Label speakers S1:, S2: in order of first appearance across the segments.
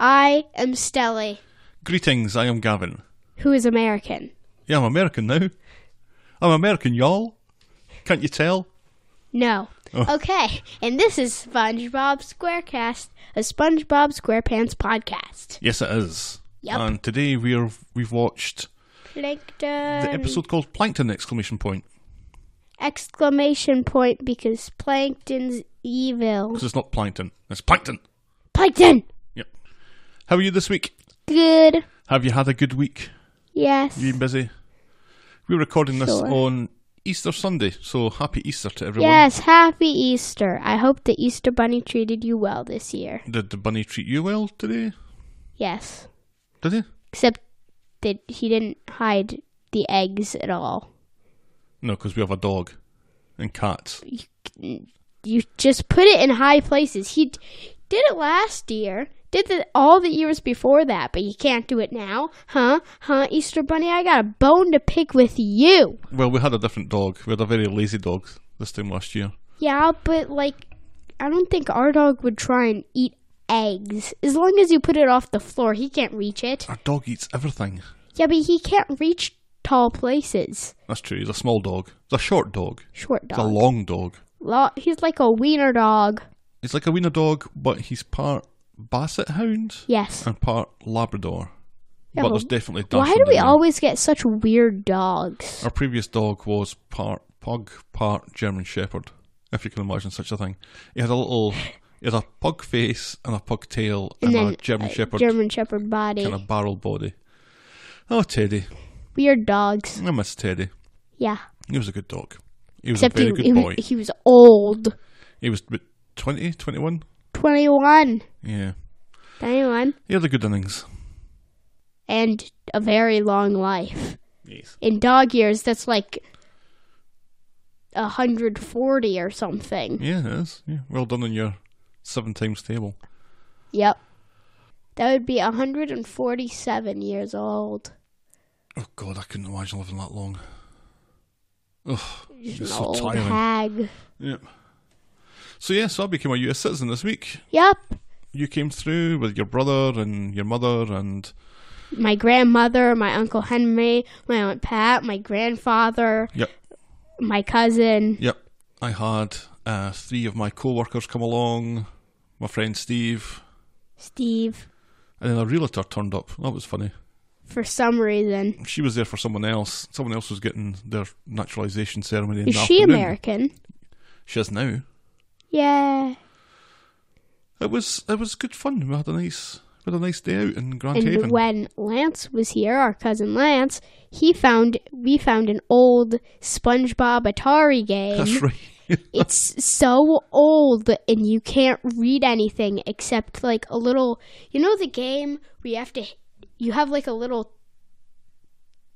S1: I'm Stelly,
S2: Greetings, I am Gavin.
S1: who is American.
S2: Yeah, I'm American now. I'm American, y'all. Can't you tell? Oh,
S1: No. Okay, and this is SpongeBob SquareCast, a SpongeBob SquarePants podcast.
S2: Yes, it is.
S1: Yep.
S2: And today we're we've watched
S1: Plankton!
S2: the episode called Plankton! Exclamation point
S1: Exclamation point because Plankton's evil.
S2: because it's not plankton, it's plankton.
S1: Plankton!
S2: Yep. How are you this week?
S1: Good.
S2: Have you had a good week?
S1: Yes.
S2: You been busy? We're recording this
S1: Sure.
S2: on Easter Sunday, so happy Easter to everyone.
S1: Yes, happy Easter. I hope the Easter Bunny treated you well this year.
S2: Did the bunny treat you well today?
S1: Yes.
S2: Did he?
S1: Except that he didn't hide the eggs at all.
S2: No, because we have a dog and cats.
S1: You just put it in high places. He d- did it last year. Did it all the years before that, but you can't do it now. Huh? Huh, Easter Bunny, I got a bone to pick with you.
S2: Well, we had a different dog. We had a very lazy dog this time last year.
S1: Yeah, but like I don't think our dog would try and eat eggs. As long as you put it off the floor, he can't reach it.
S2: Our dog eats everything.
S1: Yeah, but he can't reach tall places.
S2: That's true. He's a small dog. He's a short dog.
S1: Short
S2: He's a
S1: dog.
S2: long dog.
S1: Lo- he's like a wiener dog.
S2: He's like a wiener dog, but he's part Basset Hound
S1: Yes.
S2: and part Labrador.
S1: Yeah,
S2: but there's definitely
S1: Why
S2: Dachshund
S1: do
S2: in
S1: we
S2: there.
S1: always get such weird dogs?
S2: Our previous dog was part pug, part German Shepherd, if you can imagine such a thing. He had a little, he had a pug face and a pug tail and, a German
S1: uh,
S2: Shepherd
S1: German Shepherd body.
S2: kind of barrel body. Oh, Teddy.
S1: Weird dogs.
S2: I miss Teddy.
S1: Yeah.
S2: He was a good dog. He was
S1: Except
S2: a
S1: he,
S2: very
S1: he,
S2: good
S1: was-
S2: boy.
S1: he was old.
S2: He was about 20, 21?
S1: 21.
S2: Yeah.
S1: 21.
S2: He had the good innings.
S1: And a very long life.
S2: Yes.
S1: In dog years, that's like 140 or something.
S2: Yeah, it is. Yeah. Well done on your seven times table.
S1: Yep. That would be 147 years old.
S2: Oh, God, I couldn't imagine living that long. Ugh.
S1: Just
S2: It's
S1: an
S2: so
S1: old
S2: tiring.
S1: hag.
S2: Yep. So, yeah, so I became a US citizen this week.
S1: Yep.
S2: You came through with your brother and your mother and
S1: my grandmother, my uncle Henry, my aunt Pat, my grandfather,
S2: Yep.
S1: my cousin.
S2: Yep. I had uh, three of my co-workers come along, my friend Steve,
S1: Steve,
S2: and then a realtor turned up. That was funny.
S1: for some reason.
S2: She was there for someone else. Someone else was getting their naturalization ceremony. In
S1: Is
S2: the
S1: she
S2: afternoon.
S1: American?
S2: She is now.
S1: Yeah.
S2: It was it was good fun. We had a nice we had a nice day out in Grand
S1: And
S2: Haven.
S1: when Lance was here, our cousin Lance, he found we found an old SpongeBob Atari game.
S2: That's right.
S1: It's so old and you can't read anything except like a little you know the game where you have to you have like a little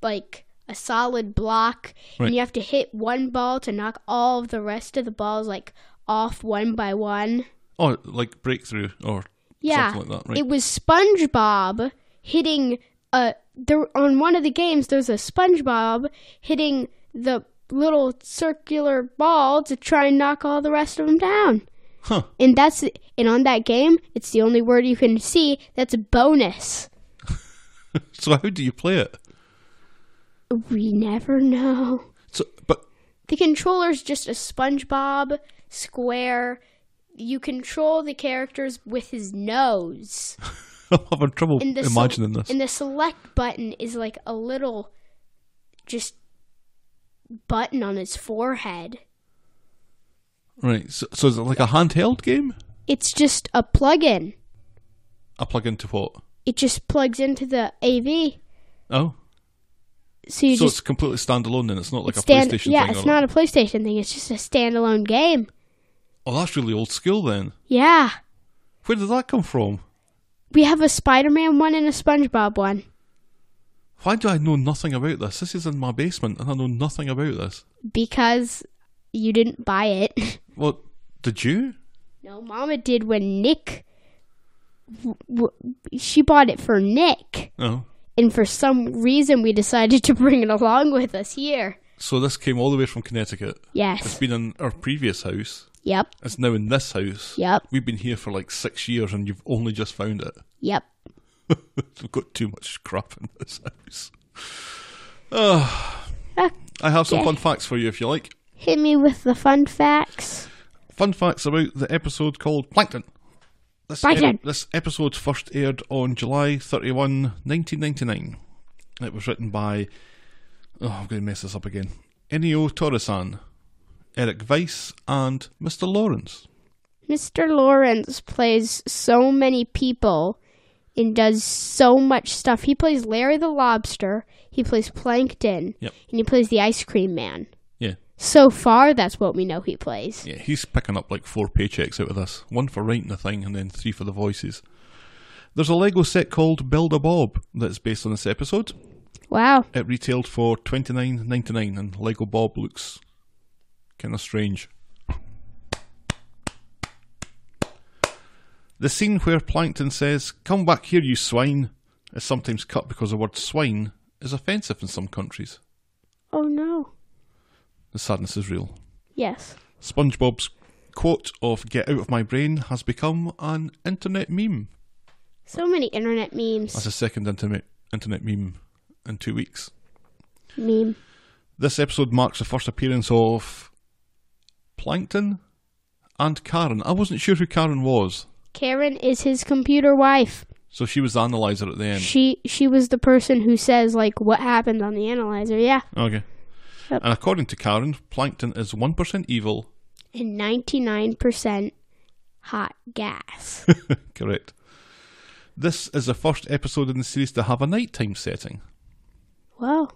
S1: like a solid block
S2: Right.
S1: and you have to hit one ball to knock all of the rest of the balls like off one by one.
S2: oh, like breakthrough or
S1: Yeah.
S2: something like that, right?
S1: It was SpongeBob hitting uh there on one of the games there's a SpongeBob hitting the little circular ball to try and knock all the rest of them down.
S2: huh.
S1: And that's and on that game, it's the only word you can see that's bonus.
S2: So how do you play it?
S1: We never know.
S2: So but
S1: The controller's just a SpongeBob square. You control the characters with his nose.
S2: I'm having trouble
S1: And the sel-
S2: imagining this.
S1: And the select button is like a little just button on his forehead.
S2: right. So, so is it like a handheld game?
S1: It's just a plug-in.
S2: I plug into what?
S1: It just plugs into the AV.
S2: Oh.
S1: So you
S2: so
S1: just
S2: it's completely standalone then. It's not like a
S1: stand
S2: PlayStation
S1: Yeah,
S2: thing.
S1: it's
S2: or
S1: not a PlayStation thing. It's just a standalone game.
S2: Oh, that's really old school then.
S1: Yeah.
S2: Where did that come from?
S1: We have a Spider Man one and a SpongeBob one.
S2: Why do I know nothing about this? This is in my basement and I know nothing about this.
S1: Because you didn't buy it.
S2: Well, did you?
S1: no, Mama did when Nick. W- w- she bought it for Nick.
S2: Oh.
S1: And for some reason, we decided to bring it along with us here.
S2: So this came all the way from Connecticut. It's
S1: Yes.
S2: been in our previous house.
S1: Yep.
S2: It's now in this house.
S1: Yep.
S2: We've been here for like six years and you've only just found it.
S1: Yep.
S2: We've got too much crap in this house. Ah,
S1: Okay.
S2: I have some fun facts for you if you like.
S1: Hit me with the fun facts.
S2: Fun facts about the episode called Plankton. This,
S1: Plankton.
S2: this episode first aired on July 31, 1999. It was written by. Oh, I'm going to mess this up again. Ennio Torresan, Eric Weiss, and Mr. Lawrence.
S1: Mr. Lawrence plays so many people and does so much stuff. He plays Larry the Lobster, he plays Plankton,
S2: Yep.
S1: and he plays the Ice Cream Man.
S2: Yeah.
S1: So far, that's what we know he plays.
S2: Yeah, he's picking up like four paychecks out of this. One for writing the thing and then three for the voices. There's a Lego set called Build a Bob that's based on this episode.
S1: Wow.
S2: It retailed for twenty nine ninety nine and Lego Bob looks kinda strange. The scene where Plankton says, Come back here you swine is sometimes cut because the word swine is offensive in some countries.
S1: Oh no.
S2: The sadness is real.
S1: Yes.
S2: SpongeBob's quote of "Get out of my brain" has become an internet meme.
S1: So many internet
S2: That's
S1: memes.
S2: a second internet internet meme in two weeks.
S1: Meme.
S2: This episode marks the first appearance of Plankton and Karen. I wasn't sure who Karen was,
S1: Karen is his computer wife.
S2: so she was the analyzer at the end.
S1: She she was the person who says like what happened on the analyzer. Yeah.
S2: Okay.
S1: Yep.
S2: And according to Karen, Plankton is one percent evil.
S1: And 99% hot gas.
S2: Correct. This is the first episode in the series to have a nighttime setting.
S1: Whoa.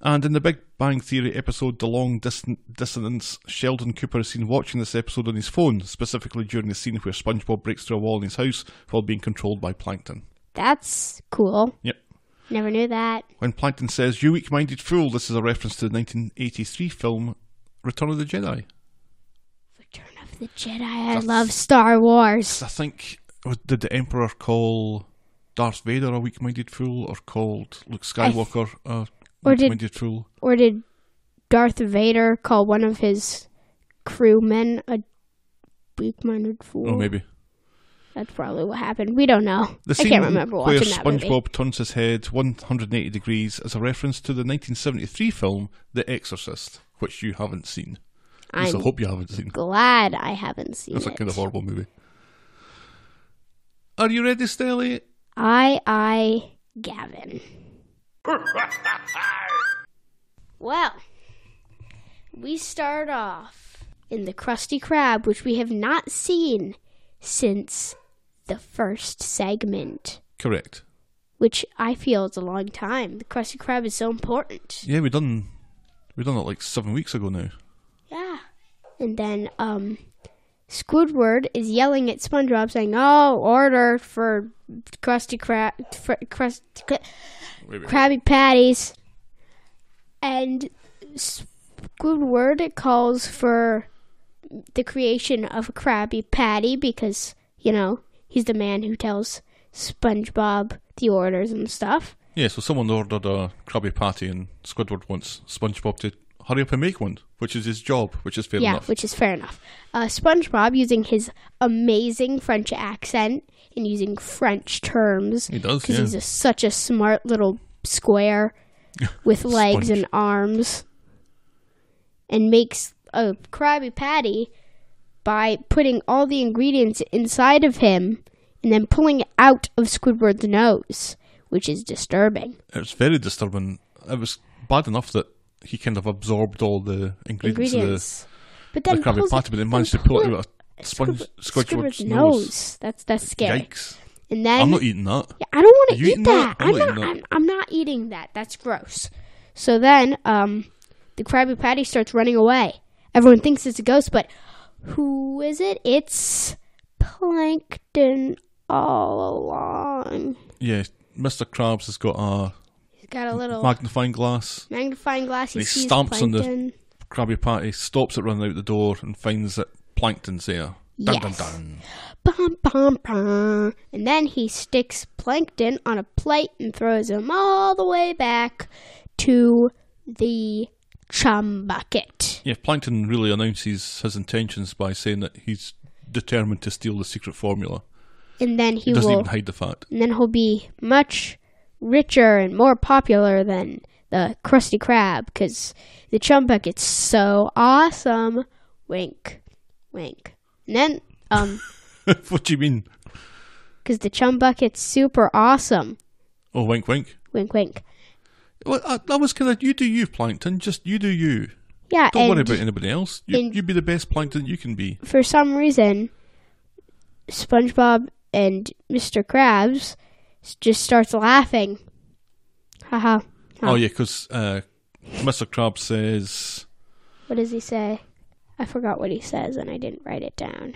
S2: And in the Big Bang Theory episode, The Long Disson- Dissonance, Sheldon Cooper is seen watching this episode on his phone, specifically during the scene where SpongeBob breaks through a wall in his house while being controlled by Plankton.
S1: That's cool.
S2: Yep.
S1: Never knew that.
S2: When Plankton says, You weak minded fool, this is a reference to the 1983 film Return of the Jedi.
S1: Return of the Jedi. I love Star Wars.
S2: I think, was- did the Emperor call Darth Vader a weak minded fool or called Luke
S1: I th-
S2: Skywalker a
S1: Or
S2: weak
S1: did-
S2: minded fool?
S1: Or did Darth Vader call one of his crewmen a weak-minded fool?
S2: Oh, maybe.
S1: That's probably what happened. We don't know. I
S2: The scene
S1: can't remember
S2: where
S1: watching that
S2: SpongeBob
S1: movie.
S2: turns his head 180 degrees is a reference to the 1973 film The Exorcist, which you haven't seen. At least I
S1: I'm
S2: hope you haven't seen.
S1: glad I haven't seen
S2: It's a
S1: it.
S2: kind of horrible movie. Are you ready, Stelly?
S1: I I Gavin. well, we start off in the Krusty Krab, which we have not seen since the first segment,
S2: Correct.
S1: which I feel is a long time. The Krusty Krab is so important.
S2: Yeah, we done. We done it like seven weeks ago now.
S1: Yeah. And then um Squidward is yelling at SpongeBob saying, "Oh, order for Krusty Krab for Krusty Krab-
S2: Wait, wait,
S1: Krabby Patties. And Squidward calls for the creation of a Krabby Patty because, you know, he's the man who tells SpongeBob the orders and stuff.
S2: Yeah, so someone ordered a Krabby Patty, and Squidward wants SpongeBob to hurry up and make one, which is his job, which is fair
S1: yeah,
S2: enough.
S1: which is fair enough. Uh, SpongeBob, using his amazing French accent and using French terms,
S2: he does.
S1: because
S2: Yeah.
S1: he's a, such a smart little square with legs
S2: Sponge.
S1: and arms, and makes a Krabby Patty by putting all the ingredients inside of him and then pulling it out of Squidward's nose, which is disturbing.
S2: It's very disturbing. It was bad enough that he kind of absorbed all the ingredients,
S1: Ingredients, but
S2: of
S1: then
S2: the, the Krabby
S1: pulls
S2: Patty,
S1: it-
S2: but they
S1: then
S2: managed to pull it
S1: pull
S2: out of a sponge,
S1: Squidward-
S2: Squidward's
S1: nose.
S2: nose.
S1: That's that's scary.
S2: Yikes!
S1: And then
S2: I'm not eating that.
S1: Yeah, I don't want
S2: Are
S1: to
S2: you
S1: eat
S2: eating
S1: that.
S2: that?
S1: I'm,
S2: I'm
S1: not.
S2: not eating
S1: I'm, I'm not eating that. That's gross. So then, um, the Krabby Patty starts running away. Everyone thinks it's a ghost, but who is it? It's plankton all along.
S2: Yeah, Mr. Krabs has got a
S1: He's got a little
S2: magnifying glass.
S1: magnifying glass. He,
S2: He
S1: sees
S2: stomps on the-
S1: plankton.
S2: Krabby Patty stops it running out the door and finds that Plankton's there. Dun dun
S1: Yes.
S2: dun.
S1: Bum, bum, bum. And then he sticks plankton on a plate and throws him all the way back to the chum bucket.
S2: Yeah, Plankton really announces his intentions by saying that he's determined to steal the secret formula.
S1: and then he
S2: He doesn't
S1: will
S2: even hide the fact.
S1: and then he'll be much richer and more popular than the Krusty Krab because the Chum Bucket's so awesome. Wink, wink. And then, um,
S2: what do you mean?
S1: because the Chum Bucket's super awesome.
S2: Oh, wink, wink.
S1: Wink, wink.
S2: Well, I, I was kind of you do you, plankton. Just you do you.
S1: Yeah,
S2: Don't worry
S1: and
S2: about anybody else. You,
S1: and-
S2: you be the best plankton you can be.
S1: for some reason, SpongeBob and Mr. Krabs s- just starts laughing. Haha.
S2: Oh, yeah, 'cause uh, Mr. Crab says,
S1: What does he say? I forgot what he says, and I didn't write it down.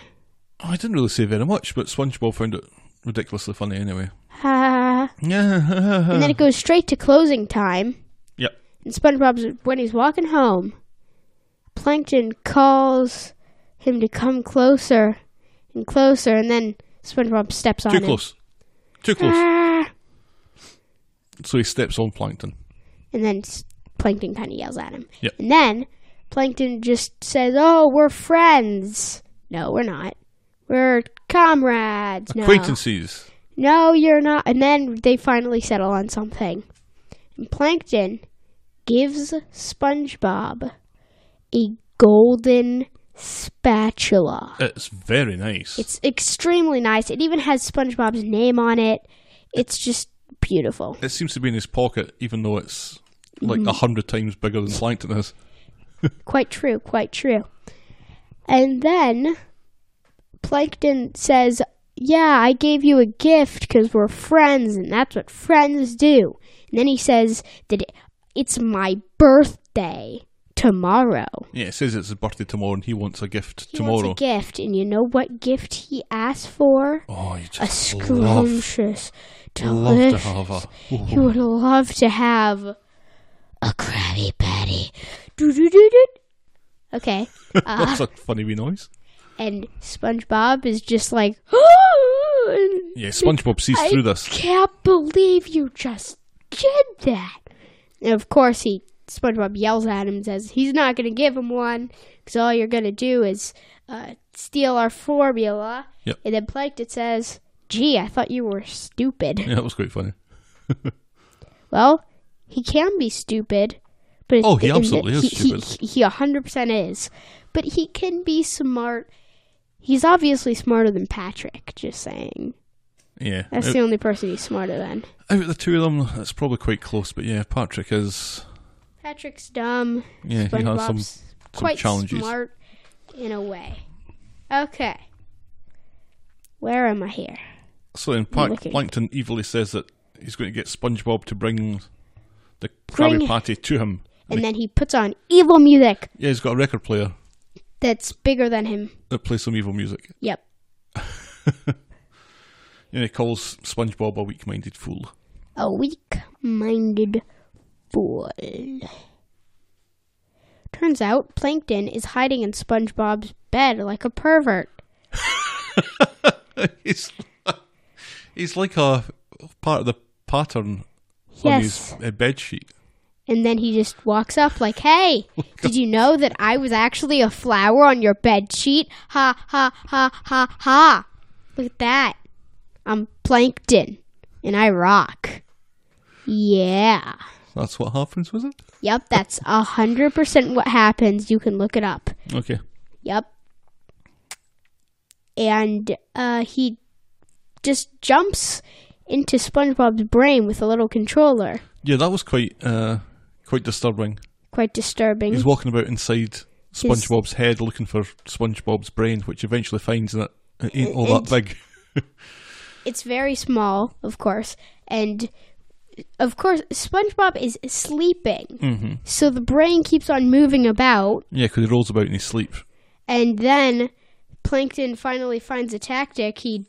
S2: oh, I didn't really say very much, but SpongeBob found it ridiculously funny anyway.
S1: Ha. and
S2: Yeah.
S1: then it goes straight to closing time.
S2: yep.
S1: And SpongeBob's when he's walking home, Plankton calls him to come closer and closer, and then SpongeBob steps on
S2: Too
S1: him.
S2: close. Too close.
S1: Ah!
S2: so he steps on plankton.
S1: And then s- Plankton kind of yells at him.
S2: Yep.
S1: And then Plankton just says, "Oh, we're friends." No, we're not. We're comrades. No.
S2: Acquaintances.
S1: No, you're not. And then they finally settle on something. And Plankton gives SpongeBob a golden spatula.
S2: It's very nice.
S1: It's extremely nice. It even has SpongeBob's name on it. It's just beautiful.
S2: it seems to be in his pocket, even though it's
S1: Mm-hmm.
S2: like a hundred times bigger than plankton is.
S1: Quite true, quite true. And then Plankton says, Yeah, I gave you a gift because we're friends, and that's what friends do. And then he says that it's my birthday tomorrow.
S2: Yeah, it says it's his birthday tomorrow and he wants a gift
S1: He
S2: tomorrow.
S1: wants a gift, and you know what gift he asked for?
S2: oh, you
S1: A
S2: just love,
S1: scrumptious,
S2: love to
S1: delicious.
S2: have a.
S1: He would love to have a Krabby Patty. Do-do-do-do. Okay. Ah.
S2: That's a funny wee noise.
S1: and SpongeBob is just like, and
S2: Yeah, SpongeBob sees
S1: I
S2: through this.
S1: can't believe you just did that. And of course, he SpongeBob yells at him and says he's not going to give him one because all you're going to do is uh, steal our formula.
S2: Yep.
S1: And then Plankton says, "Gee, I thought you were stupid."
S2: Yeah, that was quite funny.
S1: Well, he can be stupid, but it's
S2: Oh, he
S1: in the-
S2: absolutely is
S1: he-
S2: stupid.
S1: He, he 100% is, but he can be smart. He's obviously smarter than Patrick. Just saying,
S2: Yeah.
S1: that's
S2: Out,
S1: the only person he's smarter than.
S2: out of the two of them, it's probably quite close, but yeah, Patrick is.
S1: Patrick's dumb.
S2: Yeah, he has some.
S1: SpongeBob's quite
S2: challenges.
S1: smart in a way. Okay, where am I here?
S2: So then Pla-
S1: Wicked.
S2: Plankton evilly says that he's going to get SpongeBob to bring the
S1: Bring-
S2: Krabby Patty to him.
S1: And then he puts on evil music
S2: Yeah, he's got a record player
S1: that's bigger than him.
S2: that plays some evil music.
S1: Yep.
S2: And he calls SpongeBob a weak minded fool.
S1: a weak minded fool. Turns out Plankton is hiding in SpongeBob's bed like a pervert.
S2: he's, he's like a part of the pattern on
S1: Yes.
S2: his uh, bed sheet.
S1: And then he just walks up like, "Hey, did you know that I was actually a flower on your bed sheet? Ha ha ha ha ha! Look at that! I'm Plankton, and I rock. Yeah.
S2: That's what happens, was it?
S1: Yep, that's a hundred percent what happens. You can look it up.
S2: Okay.
S1: Yep. And uh, he just jumps into SpongeBob's brain with a little controller.
S2: Yeah, that was quite uh, quite disturbing.
S1: Quite disturbing.
S2: He's walking about inside SpongeBob's head looking for SpongeBob's brain, which eventually finds that it ain't all that big.
S1: it's very small, of course, and of course SpongeBob is sleeping,
S2: Mm-hmm.
S1: so the brain keeps on moving about,
S2: Yeah, because he rolls about in his sleep.
S1: and then Plankton finally finds a tactic. He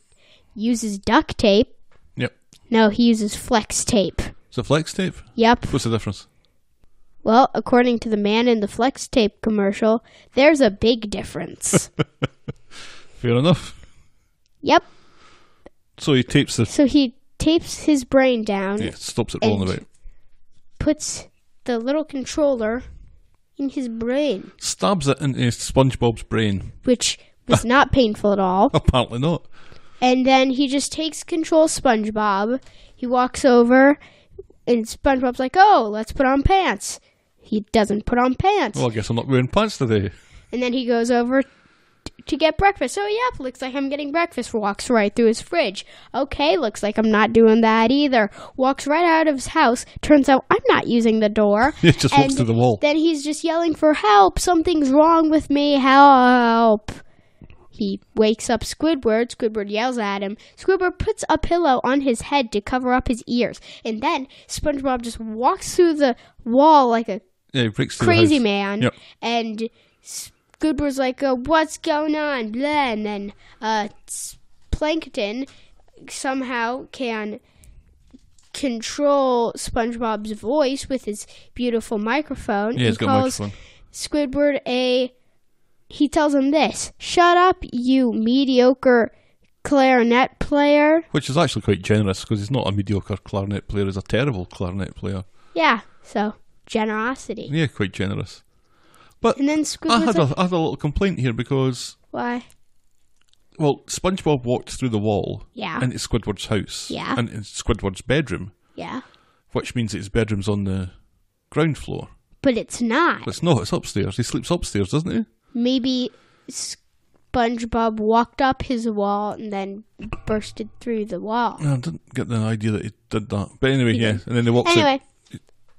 S1: uses duct tape.
S2: Yep.
S1: No, he uses flex tape.
S2: Is it flex tape?
S1: Yep.
S2: What's the difference?
S1: Well, according to the man in the flex tape commercial, there's a big difference.
S2: Fair enough.
S1: yep.
S2: So he tapes the.
S1: So he tapes his brain down,
S2: Yeah, stops it rolling
S1: Mm-hmm. And-
S2: about.
S1: puts the little controller in his brain,
S2: Stabs it into SpongeBob's brain. Oh.
S1: which was not painful at all.
S2: Apparently not.
S1: And then he just takes control of SpongeBob. He walks over, and SpongeBob's like, "Oh, let's put on pants." He doesn't put on pants.
S2: Well, I guess I'm not wearing pants today.
S1: And then he goes over t- to get breakfast. Oh, yep, looks like I'm getting breakfast. Walks right through his fridge. Okay, looks like I'm not doing that either. Walks right out of his house. Turns out I'm not using the door.
S2: He just walks
S1: And
S2: to the wall.
S1: Then he's just yelling for help. Something's wrong with me. Help. He wakes up Squidward. Squidward yells at him. Squidward puts a pillow on his head to cover up his ears. And then SpongeBob just walks through the wall like a
S2: yeah, he breaks through
S1: crazy
S2: the house.
S1: man.
S2: Yep.
S1: And Squidward's like, uh, "What's going on?" Blah, and then uh, s- Plankton somehow can control SpongeBob's voice with his beautiful microphone.
S2: Yeah, he's
S1: and
S2: got a
S1: calls
S2: microphone.
S1: Squidward a. He tells him this: "Shut up, you mediocre clarinet player."
S2: Which is actually quite generous because he's not a mediocre clarinet player, he's a terrible clarinet player.
S1: Yeah. So generosity.
S2: Yeah, quite generous.
S1: And then
S2: I
S1: Squidward's
S2: had, a,
S1: like,
S2: I had a little complaint here because,
S1: "Why?"
S2: well, SpongeBob walked through the wall
S1: Yeah.
S2: and it's Squidward's house.
S1: Yeah.
S2: And it's Squidward's bedroom,
S1: yeah.
S2: which means that his bedroom's on the ground floor.
S1: But it's not.
S2: But it's not, it's upstairs. He sleeps upstairs, doesn't he?
S1: maybe SpongeBob walked up his wall and then bursted through the wall.
S2: No, I didn't get the idea that he did that. But anyway, yeah. And then he walks out.
S1: Anyway,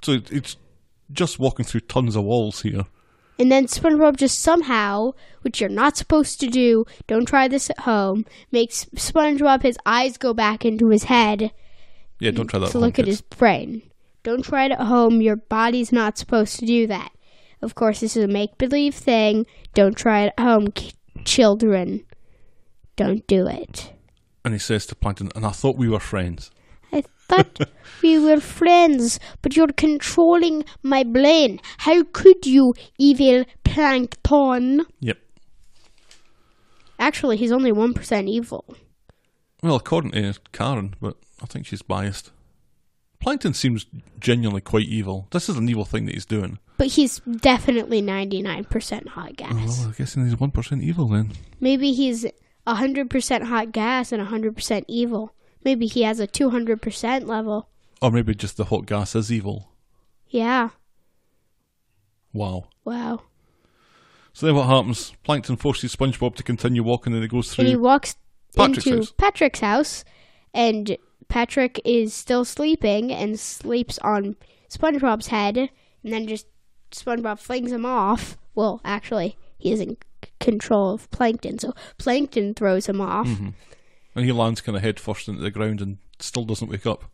S2: So it- it's just walking through tons of walls here.
S1: and then SpongeBob just somehow, which you're not supposed to do, don't try this at home, makes SpongeBob his eyes go back into his head
S2: Yeah, don't try that.
S1: to
S2: at home,
S1: Mm, look at
S2: kids.
S1: his brain. Don't try it at home. Your body's not supposed to do that. Of course, this is a make believe thing. Don't try it at home, k- children. Don't do it.
S2: And he says to Plankton, and I thought we were friends.
S1: I thought we were friends, but you're controlling my brain. How could you, evil plankton?
S2: Yep.
S1: Actually, he's only 1% evil.
S2: Well, according to Karen, but I think she's biased. Plankton seems genuinely quite evil. This is an evil thing that he's doing.
S1: But he's definitely 99% hot gas.
S2: Well, I guess he's 1% evil then.
S1: Maybe he's 100% hot gas and 100% evil. Maybe he has a 200% level.
S2: Or maybe just the hot gas is evil.
S1: Yeah.
S2: Wow.
S1: Wow.
S2: So then what happens? Plankton forces SpongeBob to continue walking and he goes
S1: And he
S2: through.
S1: walks
S2: Mm. Patrick's
S1: into
S2: house.
S1: Patrick's house, and Patrick is still sleeping and sleeps on SpongeBob's head, and then just SpongeBob flings him off. Well, actually, he is in c- control of Plankton, so Plankton throws him off,
S2: Mm-hmm. And he lands kind of head first into the ground and still doesn't wake up.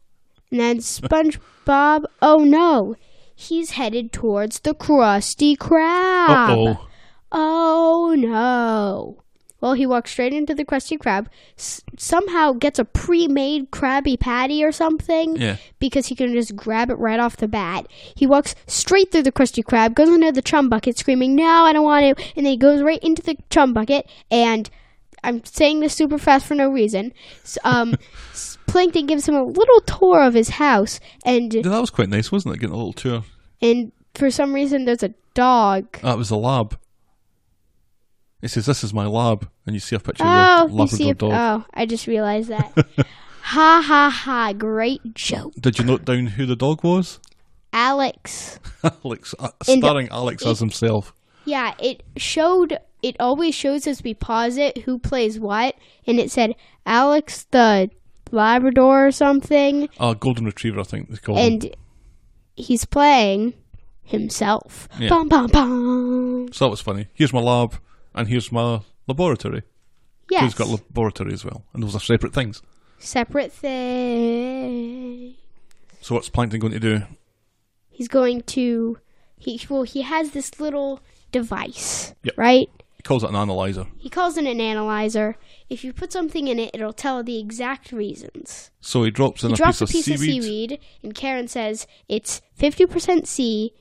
S1: and then SpongeBob. oh no, he's headed towards the Krusty Krab.
S2: Uh-oh.
S1: Oh no. Well, he walks straight into the Krusty Krab, s- somehow gets a pre made Krabby Patty or something
S2: Yeah.
S1: because he can just grab it right off the bat. He walks straight through the Krusty Krab, goes into the chum bucket, screaming, No, I don't want to. And then he goes right into the chum bucket. And I'm saying this super fast for no reason. S- Um, s- Plankton gives him a little tour of his house, and
S2: Yeah, that was quite nice, wasn't it? Getting a little tour.
S1: and for some reason there's a dog.
S2: That was the lab. He says, This is my lab. And you see a picture
S1: Oh,
S2: of the
S1: you
S2: Labrador
S1: see, a,
S2: dog.
S1: oh, I just realized that. ha ha ha! Great joke,
S2: Did you note down who the dog was?
S1: Alex.
S2: Alex, uh,
S1: And-
S2: starring Alex as himself.
S1: Yeah, it showed. It always shows as we pause it who plays what, and it said Alex the Labrador or something,
S2: Uh, Golden Retriever, I think they call him.
S1: and he's playing himself.
S2: Yeah.
S1: Bum bum bum.
S2: So that was funny. Here's my lab, and here's my laboratory. he
S1: Yes,
S2: has got a laboratory as well, and those are separate things.
S1: separate thing.
S2: So what's Plankton going to do?
S1: He's going to. He well, he has this little device,
S2: Yep.
S1: right?
S2: He calls it an analyzer.
S1: He calls it an analyzer. If you put something in it, it'll tell the exact reasons.
S2: So he drops in
S1: He
S2: a,
S1: drops
S2: piece
S1: a piece
S2: of seaweed.
S1: of seaweed, and Karen says it's 50% sea,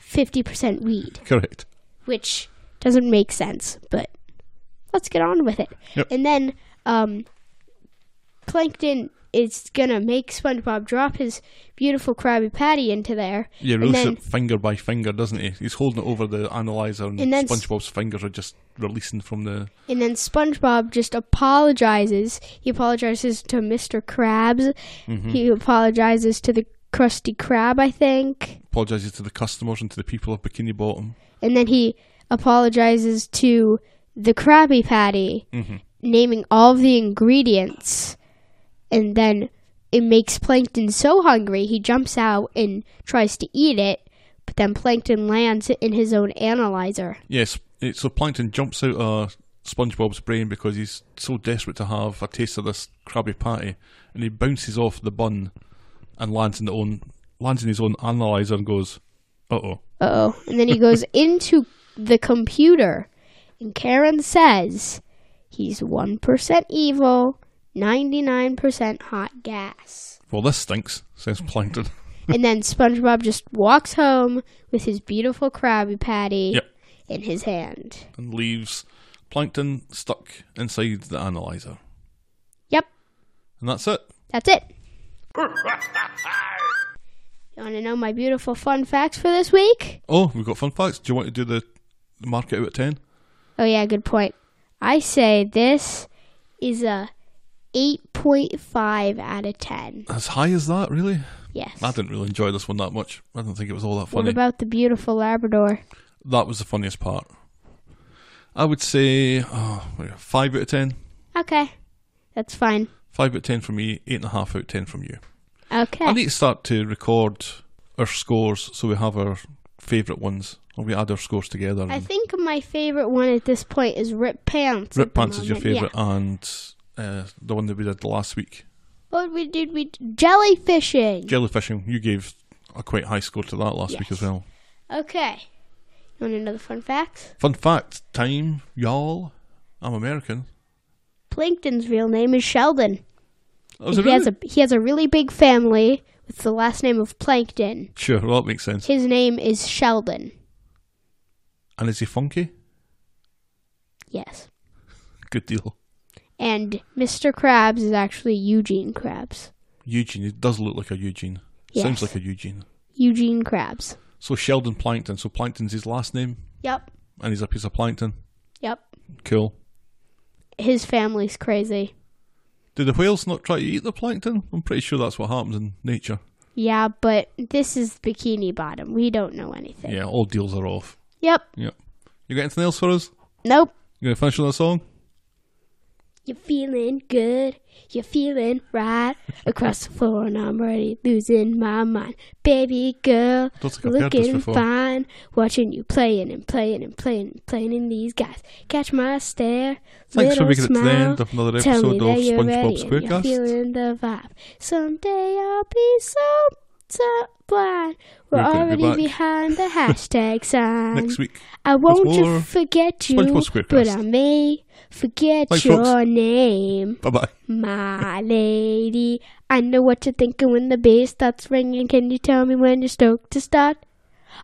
S1: 50% weed,
S2: Correct.
S1: which doesn't make sense, but let's get on with it.
S2: Yep.
S1: And then um, Plankton is gonna make SpongeBob drop his beautiful Krabby Patty into there.
S2: Yeah,
S1: and
S2: release
S1: then-
S2: it finger by finger, doesn't he? He's holding it over the analyzer, and,
S1: And then s-
S2: SpongeBob's fingers are just releasing from the.
S1: And then SpongeBob just apologizes. He apologizes to Mr. Krabs. He apologizes to the Krusty Krab, I think.
S2: Apologizes to the customers and to the people of Bikini Bottom.
S1: And then he apologizes to the Krabby Patty, naming all of the ingredients. And then it makes Plankton so hungry he jumps out and tries to eat it. But then Plankton lands in his own analyzer.
S2: Yes, it, so Plankton jumps out of SpongeBob's brain because he's so desperate to have a taste of this Krabby Patty, and he bounces off the bun and lands in the own lands in his own analyzer and goes, "Uh oh."
S1: oh. And then he goes into the computer, and Karen says he's 1% evil, 99% hot gas.
S2: Well, this stinks," says Plankton.
S1: and then SpongeBob just walks home with his beautiful Krabby Patty
S2: Yep.
S1: in his hand.
S2: and leaves Plankton stuck inside the analyzer.
S1: Yep,
S2: And that's it.
S1: that's it. you want to know my beautiful fun facts for this week?
S2: Oh, we've got fun facts. Do you want to do the the mark it out at 10?
S1: Oh yeah, good point. I say this is a 8.5 out of 10.
S2: As high as that, really?
S1: Yes.
S2: I didn't really enjoy this one that much. I didn't think it was all that
S1: What
S2: funny.
S1: about the beautiful Labrador?
S2: that was the funniest part. I would say oh, wait, 5 out of 10.
S1: Okay, that's fine.
S2: 5 out of 10 from me, 8.5 out of 10 from you.
S1: Okay.
S2: I need to start to record our scores so we have our favourite ones. Or we add our scores together.
S1: I
S2: and-
S1: think my favorite one at this point is Rip Pants. at
S2: Rip
S1: the
S2: Pants is your
S1: moment.
S2: favourite,
S1: Yeah.
S2: and uh, the one that we did last week,
S1: What we did we jellyfishing?
S2: jellyfishing. You gave a quite high score to that last week
S1: Yes.
S2: as well.
S1: okay. You want another fun fact?
S2: Fun fact time, y'all. I'm American.
S1: Plankton's real name is Sheldon.
S2: Oh, is
S1: he
S2: it really?
S1: has a he has a really big family with the last name of Plankton.
S2: sure. Well, that makes sense.
S1: His name is Sheldon.
S2: And is he funky?
S1: Yes.
S2: Good deal.
S1: And Mr. Krabs is actually Eugene Krabs.
S2: Eugene. It does look like a Eugene.
S1: Yes.
S2: Sounds like a Eugene.
S1: Eugene Krabs.
S2: So Sheldon Plankton. So Plankton's his last name,
S1: Yep.
S2: and he's a piece of plankton.
S1: Yep.
S2: Cool.
S1: His family's crazy.
S2: Do the whales not try to eat the plankton? I'm pretty sure that's what happens in nature.
S1: Yeah, but this is Bikini Bottom. We don't know anything.
S2: Yeah, all deals are off.
S1: Yep.
S2: Yep. You got anything else for us?
S1: Nope.
S2: You gonna finish on that song?
S1: You're feeling good. You're feeling right. Across the floor, and I'm already losing my mind. Baby girl,
S2: Don't think I've heard this
S1: looking
S2: before.
S1: fine. Watching you playing and playing and playing and playing in these guys. Catch my stare.
S2: Thanks for
S1: little
S2: making it to the
S1: smile.
S2: end of another
S1: Tell
S2: episode
S1: me
S2: of
S1: that you're
S2: SpongeBob
S1: ready and
S2: Squarecast.
S1: You're feeling the vibe. Someday I'll be so, so blind. We're,
S2: We're gonna be
S1: already
S2: back.
S1: behind the hashtag sign.
S2: Next week.
S1: I won't
S2: more
S1: you forget you,
S2: SpongeBob
S1: but
S2: Squarecast.
S1: I may forget
S2: Thanks,
S1: your
S2: folks.
S1: name,
S2: Bye bye.
S1: my lady. I know what you're thinking when the bass starts ringing. Can you tell me when you're stoked to start?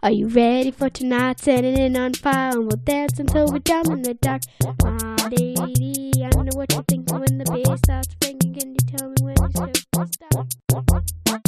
S1: Are you ready for tonight? Setting it on fire and we'll dance until we're dumb in the dark. My lady, I know what you're thinking when the bass starts ringing. Can you tell me when you're stoked to start?